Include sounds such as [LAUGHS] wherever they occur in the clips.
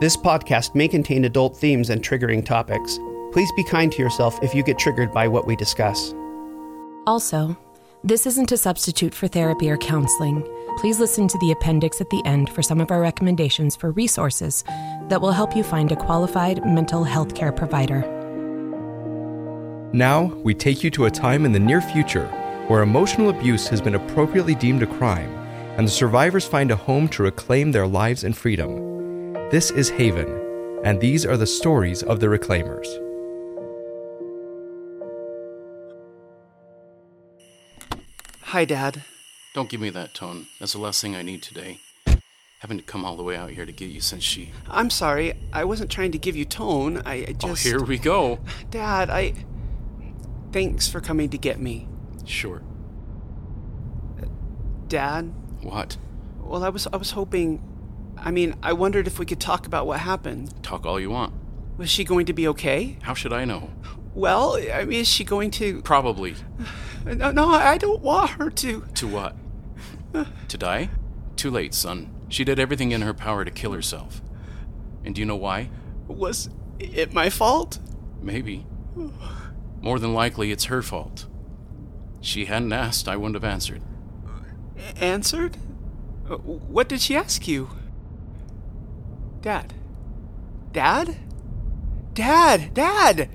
This podcast may contain adult themes and triggering topics. Please be kind to yourself if you get triggered by what we discuss. Also, this isn't a substitute for therapy or counseling. Please listen to the appendix at the end for some of our recommendations for resources that will help you find a qualified mental health care provider. Now, we take you to a time in the near future where emotional abuse has been appropriately deemed a crime and the survivors find a home to reclaim their lives and freedom. This is Haven, and these are the stories of the reclaimers. Hi, Dad. Don't give me that tone. That's the last thing I need today. Having to come all the way out here to get you since she. I'm sorry. I wasn't trying to give you tone. I I just. Oh, here we go. [LAUGHS] Dad, I. Thanks for coming to get me. Sure. Dad. What? Well, I was I was hoping. I mean, I wondered if we could talk about what happened. Talk all you want. Was she going to be okay? How should I know? Well, I mean, is she going to? Probably. No, no, I don't want her to. To what? to die? Too late, son. She did everything in her power to kill herself. And do you know why? Was it my fault? Maybe. More than likely, it's her fault. She hadn't asked, I wouldn't have answered. Answered? Uh, What did she ask you? Dad. Dad? Dad! Dad!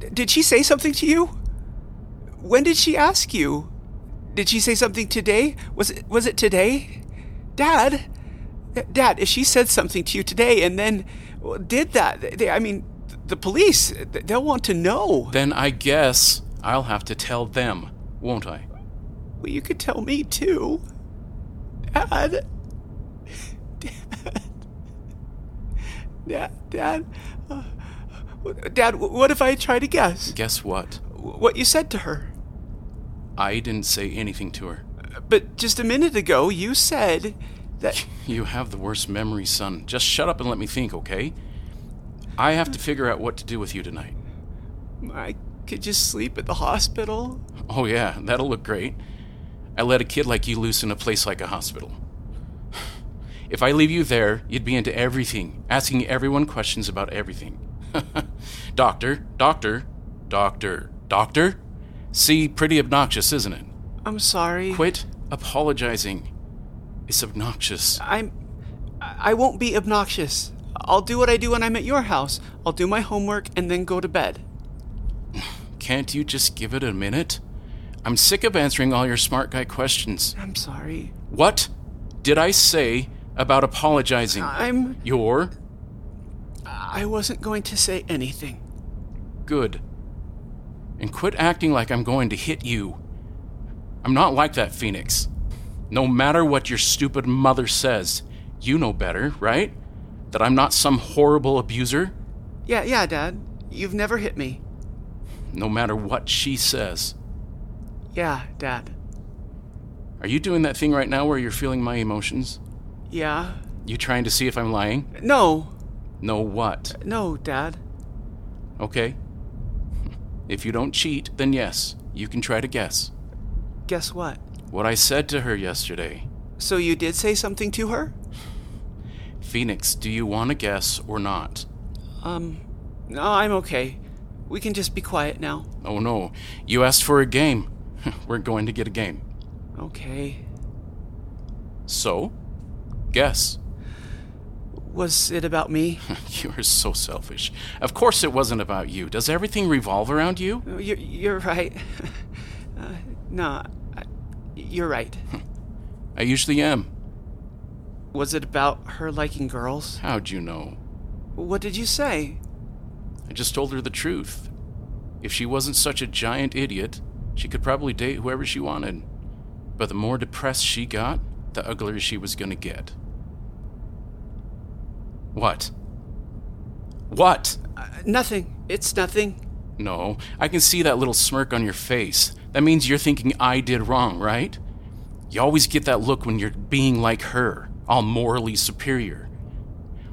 D- Did she say something to you? When did she ask you? Did she say something today? Was it was it today? Dad? D- Dad, if she said something to you today and then well, did that, th- they, I mean, th- the police, th- they'll want to know. Then I guess I'll have to tell them, won't I? Well, you could tell me too. Dad. Dad. Dad. Dad. Uh, Dad, wh- what if I try to guess Guess what? wh- what you said to her? I didn't say anything to her. But just a minute ago, you said that. You have the worst memory, son. Just shut up and let me think, okay? I have to figure out what to do with you tonight. I could just sleep at the hospital. Oh, yeah, that'll look great. I let a kid like you loose in a place like a hospital. [SIGHS] If I leave you there, you'd be into everything, asking everyone questions about everything. [LAUGHS] doctor, doctor, doctor, doctor. See, pretty obnoxious, isn't it? I'm sorry. Quit apologizing. It's obnoxious. I'm. I I won't be obnoxious. I'll do what I do when I'm at your house. I'll do my homework and then go to bed. Can't you just give it a minute? I'm sick of answering all your smart guy questions. I'm sorry. What did I say about apologizing? I'm. You're I wasn't going to say anything. good. And quit acting like I'm going to hit you. I'm not like that, Phoenix. No matter what your stupid mother says, you know better, right? That I'm not some horrible abuser, Yeah, yeah, Dad. You've never hit me. no matter what she says. Yeah, Dad. Are you doing that thing right now where you're feeling my emotions? Yeah. You trying to see if I'm lying? No, No, what? no, Dad. Okay. [LAUGHS] If you don't cheat, then yes, you can try to guess. Guess what? What I said to her yesterday. So you did say something to her? Phoenix, do you want to guess or not? Um, no, I'm okay. We can just be quiet now. Oh no, you asked for a game. [LAUGHS] We're going to get a game. Okay. So, guess. [LAUGHS] Was it about me? you are so selfish. Of course it wasn't about you. Does everything revolve around you? No, you're, you're right. [LAUGHS] uh, no, I, you're right. I usually am. Was it about her liking girls? How'd you know? What did you say? I just told her the truth. If she wasn't such a giant idiot, she could probably date whoever she wanted. But the more depressed she got, the uglier she was gonna get. What? What? Uh, nothing. It's nothing. No, I can see that little smirk on your face. That means you're thinking I did wrong, right? You always get that look when you're being like her, all morally superior.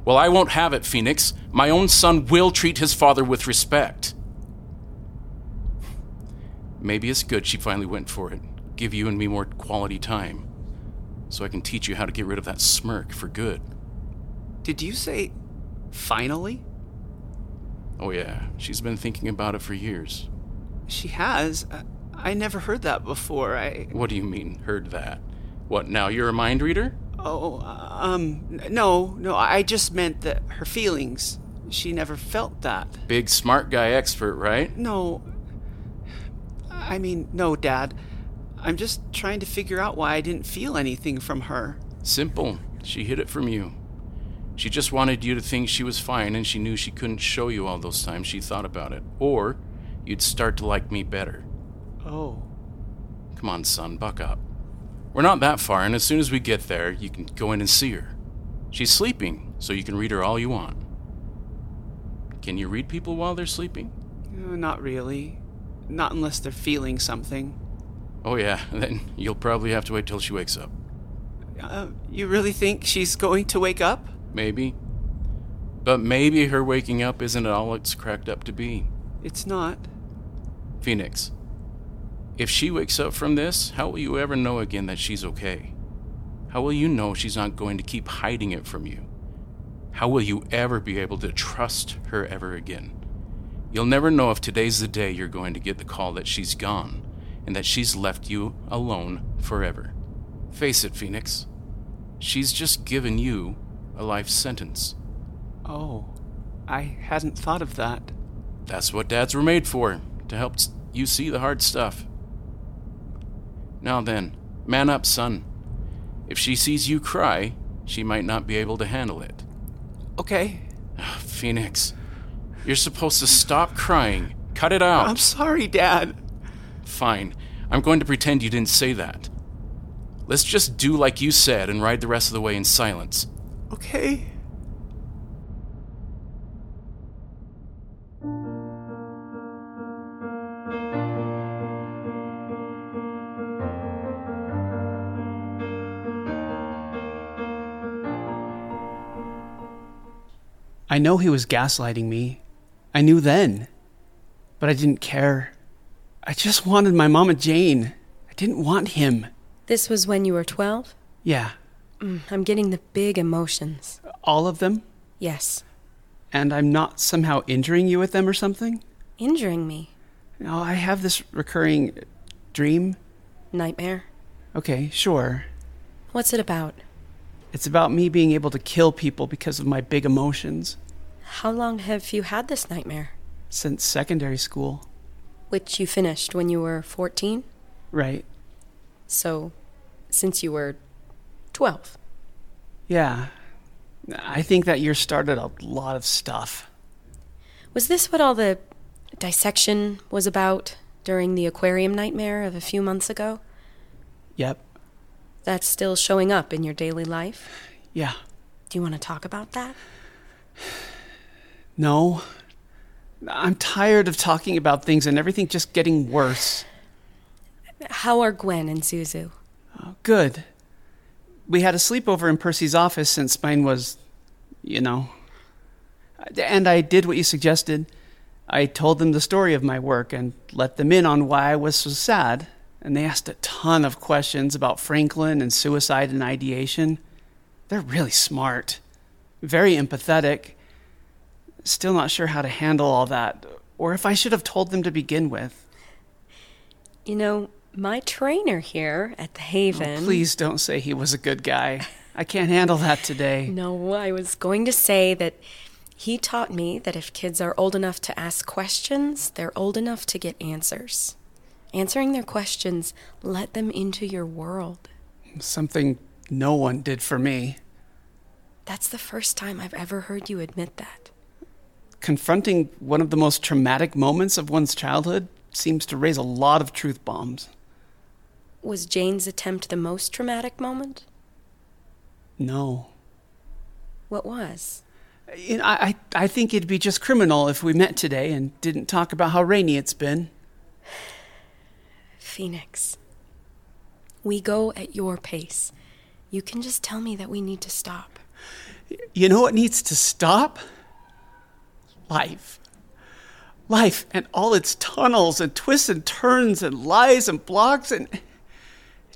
Well, I won't have it, Phoenix. My own son will treat his father with respect. Maybe it's good she finally went for it. Give you and me more quality time. So I can teach you how to get rid of that smirk for good. Did you say Finally? Oh, yeah, she's been thinking about it for years. She has. I, I never heard that before. I. What do you mean, heard that? What, now you're a mind reader? Oh, um, n- no, no, I just meant that her feelings. She never felt that. Big smart guy expert, right? No. I mean, no, Dad. I'm just trying to figure out why I didn't feel anything from her. Simple. She hid it from you. She just wanted you to think she was fine and she knew she couldn't show you all those times she thought about it. Or you'd start to like me better. Oh. Come on, son, buck up. We're not that far, and as soon as we get there, you can go in and see her. She's sleeping, so you can read her all you want. Can you read people while they're sleeping? Uh, Not really. Not unless they're feeling something. Oh, yeah, [LAUGHS] then you'll probably have to wait till she wakes up. Uh, you really think she's going to wake up? Maybe. But maybe her waking up isn't all it's cracked up to be. It's not. Phoenix, if she wakes up from this, how will you ever know again that she's okay? How will you know she's not going to keep hiding it from you? How will you ever be able to trust her ever again? You'll never know if today's the day you're going to get the call that she's gone and that she's left you alone forever. Face it, Phoenix. She's just given you a life sentence. Oh, I hadn't thought of that. That's what dads were made for, to help s- you see the hard stuff. Now then, man up, son. If she sees you cry, she might not be able to handle it. Okay. Ah, Phoenix, you're supposed to stop crying. Cut it out. I'm sorry, Dad. Fine. I'm going to pretend you didn't say that. Let's just do like you said and ride the rest of the way in silence. Okay. I know he was gaslighting me. I knew then. But I didn't care. I just wanted my Mama Jane. I didn't want him. This was when you were 12? Yeah, I'm getting the big emotions. all of them. Yes. and I'm not somehow injuring you with them or something? Injuring me. No, I have this recurring uh, dream. Nightmare. Okay, sure. What's it about? It's about me being able to kill people because of my big emotions How long have you had this nightmare? since secondary school, Which you finished when you were 14? right? So, since you were 12. Yeah. I think that year started a lot of stuff. Was this what all the dissection was about during the aquarium nightmare of a few months ago? Yep. That's still showing up in your daily life? Yeah. Do you want to talk about that? No. I'm tired of talking about things and everything just getting worse. How are Gwen and Zuzu? Good. We had a sleepover in Percy's office since mine was, you know. And I did what you suggested. I told them the story of my work and let them in on why I was so sad. And they asked a ton of questions about Franklin and suicide and ideation. They're really smart, very empathetic. Still not sure how to handle all that, or if I should have told them to begin with. You know, my trainer here at the Haven. Oh, Please don't say he was a good guy. I can't handle that today. No, I was going to say that he taught me that if kids are old enough to ask questions, they're old enough to get answers. Answering their questions, let them into your world. Something no one did for me. That's the first time I've ever heard you admit that. Confronting one of the most traumatic moments of one's childhood seems to raise a lot of truth bombs. Was Jane's attempt the most traumatic moment? No. What was? You know, I, I I think it'd be just criminal if we met today and didn't talk about how rainy it's been. Phoenix. We go at your pace. You can just tell me that we need to stop. You know what needs to stop? Life. Life and all its tunnels and twists and turns and lies and blocks and it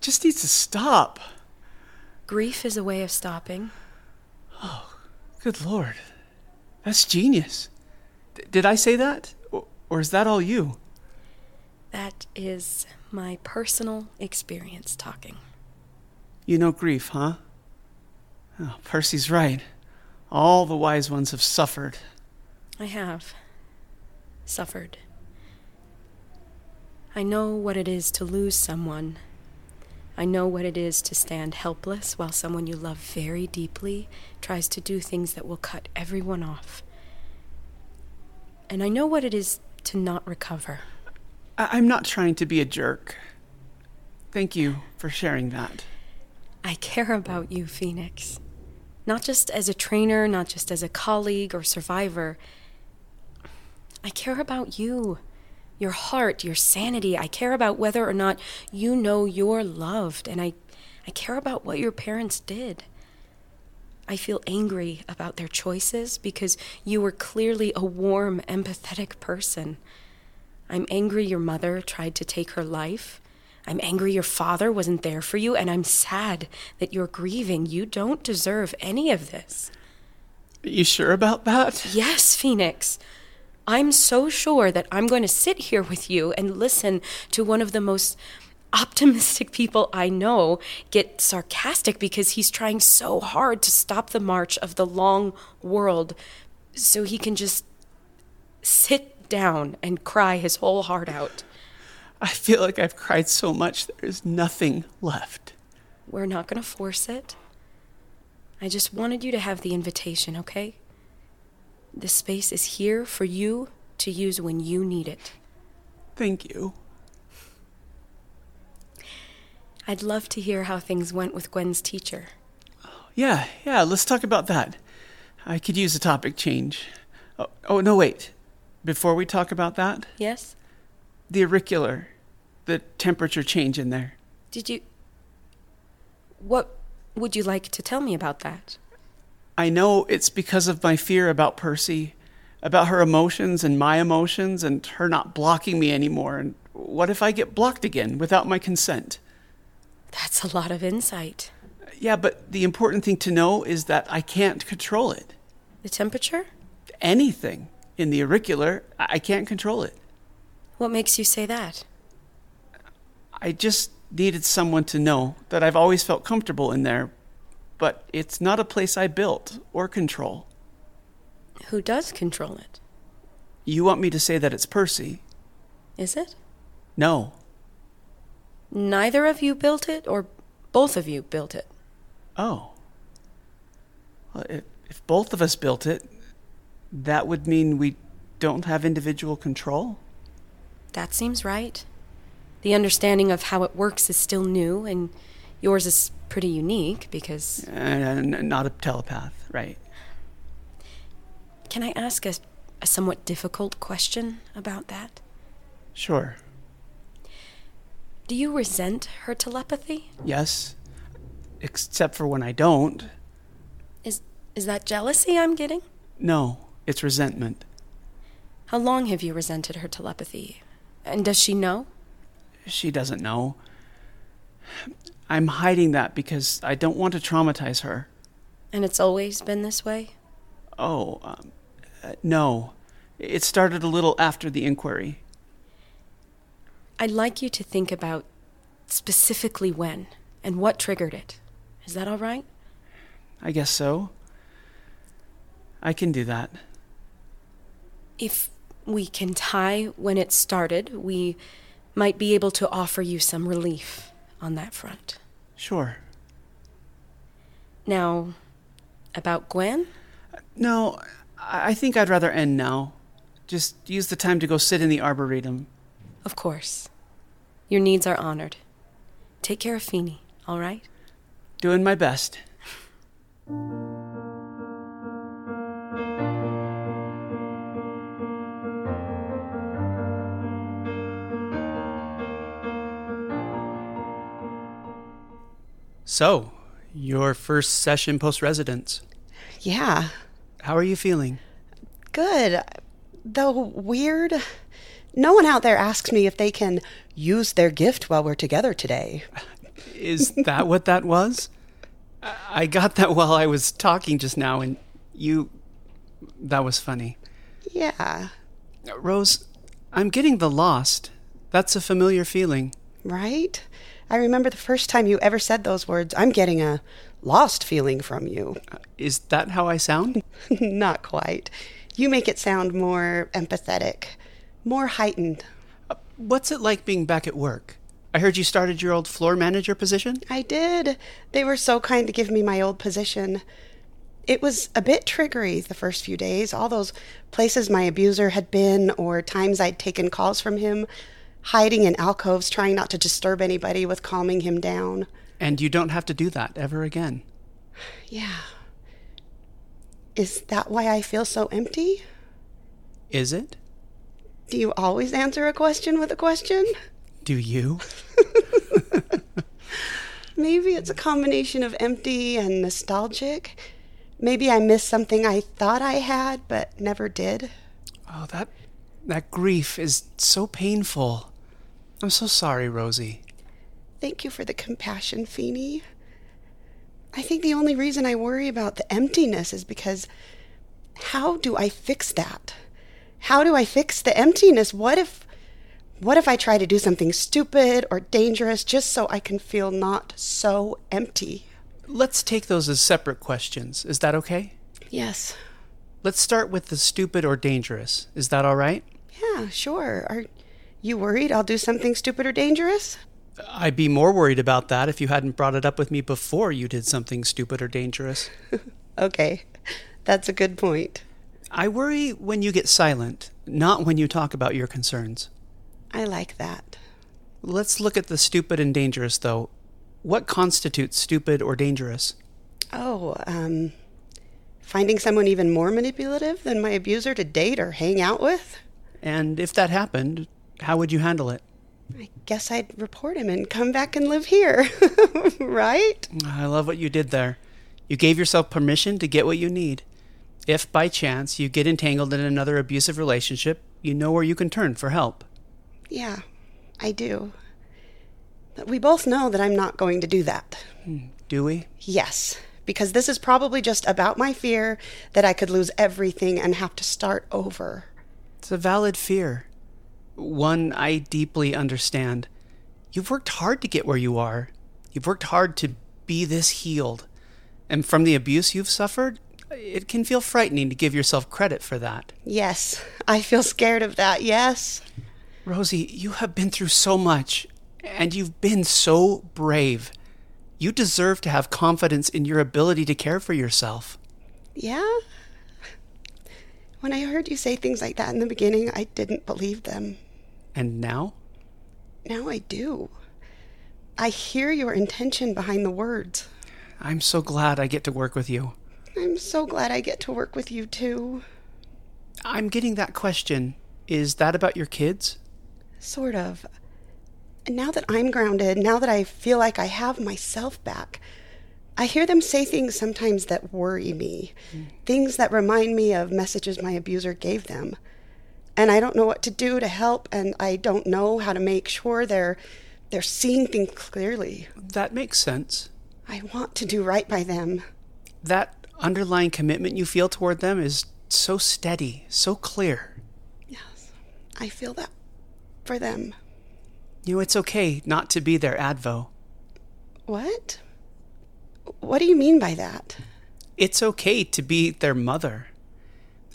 just needs to stop. Grief is a way of stopping. Good lord. That's genius. D- did I say that? Or, or is that all you? That is my personal experience talking. You know grief, huh? Oh, Percy's right. All the wise ones have suffered. I have suffered. I know what it is to lose someone. I know what it is to stand helpless while someone you love very deeply tries to do things that will cut everyone off. And I know what it is to not recover. I- I'm not trying to be a jerk. Thank you for sharing that. I care about you, Phoenix. Not just as a trainer, not just as a colleague or survivor. I care about you, your heart, your sanity. I care about whether or not you know you're loved, and I, I care about what your parents did. I feel angry about their choices because you were clearly a warm, empathetic person. I'm angry your mother tried to take her life. I'm angry your father wasn't there for you, and I'm sad that you're grieving. You don't deserve any of this. Are you sure about that? Yes, Phoenix. I'm so sure that I'm going to sit here with you and listen to one of the most optimistic people I know get sarcastic because he's trying so hard to stop the march of the long world so he can just sit down and cry his whole heart out. I feel like I've cried so much there is nothing left. We're not going to force it. I just wanted you to have the invitation, okay? This space is here for you to use when you need it. Thank you. I'd love to hear how things went with Gwen's teacher. Yeah, yeah, let's talk about that. I could use a topic change. Oh, oh no, wait. Before we talk about that, Yes? the auricular, the temperature change in there. Did you. What would you like to tell me about that? I know it's because of my fear about Percy, about her emotions and my emotions and her not blocking me anymore. And what if I get blocked again without my consent? That's a lot of insight. Yeah, but the important thing to know is that I can't control it. The temperature? Anything in the auricular, I I can't control it. What makes you say that? I just needed someone to know that I've always felt comfortable in there, but it's not a place I built or control. Who does control it? You want me to say that it's Percy? Is it? No. Neither of you built it, or both of you built it? Oh. Well, if, if both of us built it, that would mean we don't have individual control? That seems right. The understanding of how it works is still new, and yours is pretty unique because. Uh, n- not a telepath, right? Can I ask a, a somewhat difficult question about that? Sure. Do you resent her telepathy? Yes. Except for when I don't. Is, is that jealousy I'm getting? No, it's resentment. How long have you resented her telepathy? And does she know? She doesn't know. I'm hiding that because I don't want to traumatize her. And it's always been this way? Oh, um, uh, no. It started a little after the inquiry. I'd like you to think about specifically when and what triggered it. Is that all right? I guess so. I can do that. if we can tie when it started, we might be able to offer you some relief on that front. Sure. Now, about Gwen, No, I I think I'd rather end now. Just use the time to go sit in the arboretum. of course, your needs are honored. Take care of Feeny, all right? Doing my best. So, your first session post residence. Yeah, How are you feeling? good. Though weird, no one out there asks me if they can use their gift while we're together today. Is that what that was? I I got that while I was talking just now, and you That was funny. Yeah, Rose, I'm getting the lost. That's a familiar feeling. right? I remember the first time you ever said those words. I'm getting a lost feeling from you. [LAUGHS] Is that how I sound? Not quite. You make it sound more empathetic, more heightened. What's it like being back at work? I heard you started your old floor manager position. I did. They were so kind to give me my old position. It was a bit triggery the first few days. All those places my abuser had been, or times I'd taken calls from him, hiding in alcoves, trying not to disturb anybody with calming him down. And you don't have to do that ever again. Yeah. Is that why I feel so empty? Is it? Do you always answer a question with a question? Do you? Maybe it's a combination of empty and nostalgic. Maybe I missed something I thought I had but never did. Oh, that that grief is so painful. I'm so sorry, Rosie. Thank you for the compassion, Feeney. I think the only reason I worry about the emptiness is because how do I fix that? How do I fix the emptiness? What if what if I try to do something stupid or dangerous just so I can feel not so empty? Let's take those as separate questions. Is that okay? Yes. Let's start with the stupid or dangerous. Is that all right? Yeah, sure. Are you worried I'll do something stupid or dangerous? I'd be more worried about that if you hadn't brought it up with me before you did something stupid or dangerous. Okay. That's a good point. I worry when you get silent, not when you talk about your concerns. I like that. Let's look at the stupid and dangerous, though. What constitutes stupid or dangerous? Oh, um, finding someone even more manipulative than my abuser to date or hang out with? And if that happened, how would you handle it? I guess I'd report him and come back and live here, [LAUGHS] right? I love what you did there. You gave yourself permission to get what you need. If by chance you get entangled in another abusive relationship, you know where you can turn for help. Yeah, I do. But we both know that I'm not going to do that. Do we? Yes, because this is probably just about my fear that I could lose everything and have to start over. It's a valid fear. One I deeply understand. You've worked hard to get where you are. You've worked hard to be this healed. And from the abuse you've suffered, it can feel frightening to give yourself credit for that. Yes, I feel scared of that, yes. Rosie, you have been through so much, and you've been so brave. You deserve to have confidence in your ability to care for yourself. Yeah? When I heard you say things like that in the beginning, I didn't believe them. And now? Now I do. I hear your intention behind the words. I'm so glad I get to work with you. I'm so glad I get to work with you too. I'm getting that question. Is that about your kids? Sort of. And now that I'm grounded, now that I feel like I have myself back, I hear them say things sometimes that worry me, things that remind me of messages my abuser gave them. And I don't know what to do to help, and I don't know how to make sure they're they're seeing things clearly. That makes sense. I want to do right by them. That underlying commitment you feel toward them is so steady, so clear. Yes. I feel that for them. You know, it's okay not to be their Advo. What? What do you mean by that? it's okay to be their mother.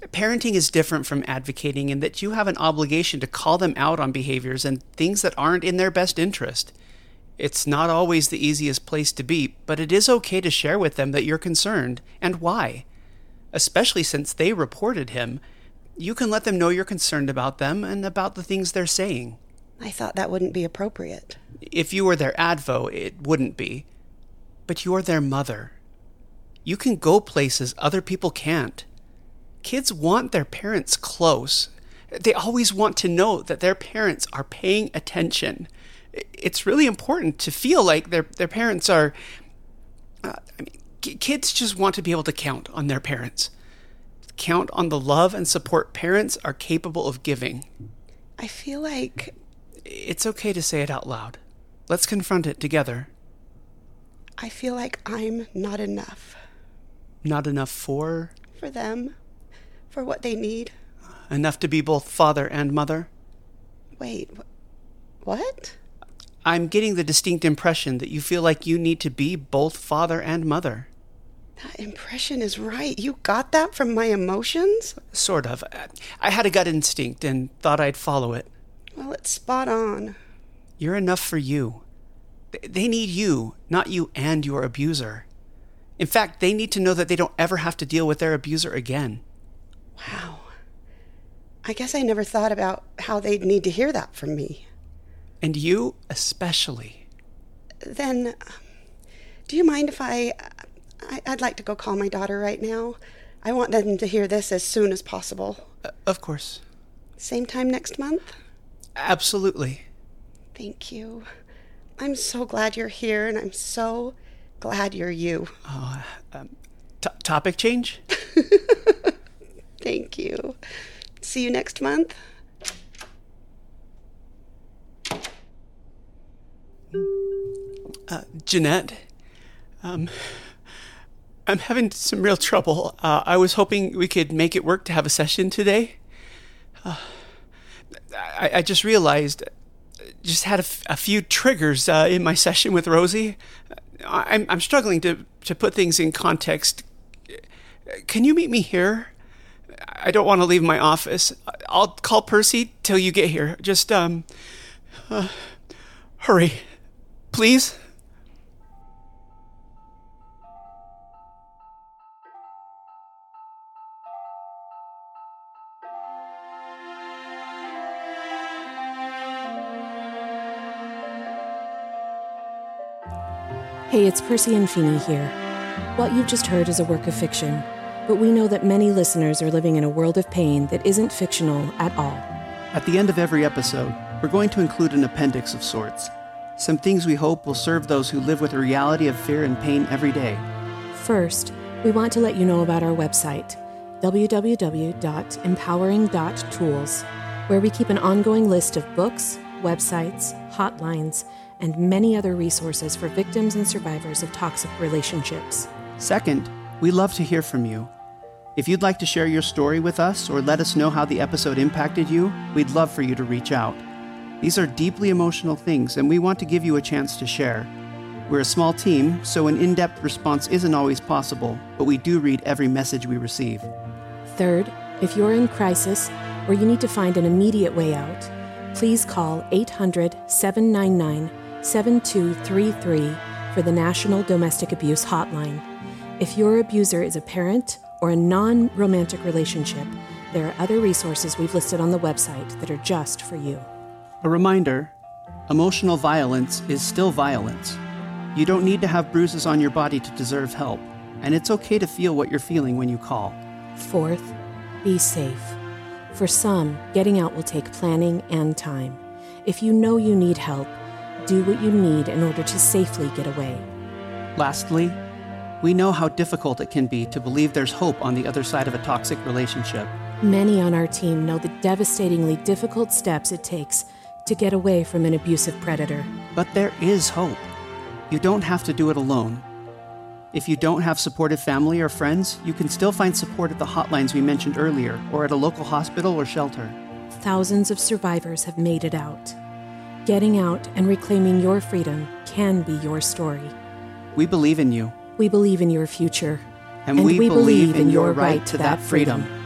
Parenting is different from advocating in that you have an obligation to call them out on behaviors and things that aren't in their best interest. It's not always the easiest place to be, but it is okay to share with them that you're concerned and why. Especially since they reported him, you can let them know you're concerned about them and about the things they're saying. I thought that wouldn't be appropriate. If you were their advo, it wouldn't be. But you're their mother. You can go places other people can't. Kids want their parents close. They always want to know that their parents are paying attention. I- It's really important to feel like their, their parents are. Uh, I mean, ki- kids just want to be able to count on their parents, count on the love and support parents are capable of giving. I feel like It's okay to say it out loud. Let's confront it together. I feel like I'm not enough Not enough for. for them, for what they need. Enough to be both father and mother? Wait, wh- what? I'm getting the distinct impression that you feel like you need to be both father and mother. That impression is right. You got that from my emotions? Sort of. I had a gut instinct and thought I'd follow it. Well, it's spot on. You're enough for you. Th- They need you, not you and your abuser. In fact, they need to know that they don't ever have to deal with their abuser again. Wow. I guess I never thought about how they'd need to hear that from me. And you especially. Then, um, do you mind if I, I. I'd like to go call my daughter right now. I want them to hear this as soon as possible. Uh, of course. Same time next month? Absolutely. Thank you. I'm so glad you're here, and I'm so glad you're you. To- topic change? Thank you. See you next month. Jeanette, um, I'm having some real trouble. Uh, I was hoping we could make it work to have a session today. Uh, I, I just realized, uh, just had a, f- a few triggers uh, in my session with Rosie. I, I'm, I'm struggling to, to put things in context. Can you meet me here? I don't want to leave my office. I- I'll call Percy till you get here. Just um, uh, hurry, please. Hey, it's Percy and Feeney here. What you've just heard is a work of fiction, but we know that many listeners are living in a world of pain that isn't fictional at all. At the end of every episode, we're going to include an appendix of sorts. Some things we hope will serve those who live with the reality of fear and pain every day. First, we want to let you know about our website, www.empowering.tools, where we keep an ongoing list of books, websites, hotlines, and many other resources for victims and survivors of toxic relationships. Second, we love to hear from you. If you'd like to share your story with us or let us know how the episode impacted you, we'd love for you to reach out. These are deeply emotional things, and we want to give you a chance to share. We're a small team, so an in depth response isn't always possible, but we do read every message we receive. Third, if you're in crisis or you need to find an immediate way out, please call 800 799 7233 for the National Domestic Abuse Hotline. If your abuser is a parent or a non romantic relationship, there are other resources we've listed on the website that are just for you. A reminder emotional violence is still violence. You don't need to have bruises on your body to deserve help, and it's okay to feel what you're feeling when you call. Fourth, be safe. For some, getting out will take planning and time. If you know you need help, do what you need in order to safely get away. Lastly, we know how difficult it can be to believe there's hope on the other side of a toxic relationship. Many on our team know the devastatingly difficult steps it takes to get away from an abusive predator. But there is hope. You don't have to do it alone. If you don't have supportive family or friends, you can still find support at the hotlines we mentioned earlier or at a local hospital or shelter. Thousands of survivors have made it out. Getting out and reclaiming your freedom can be your story. We believe in you, We believe in your future. and, we, believe, in your right to that freedom.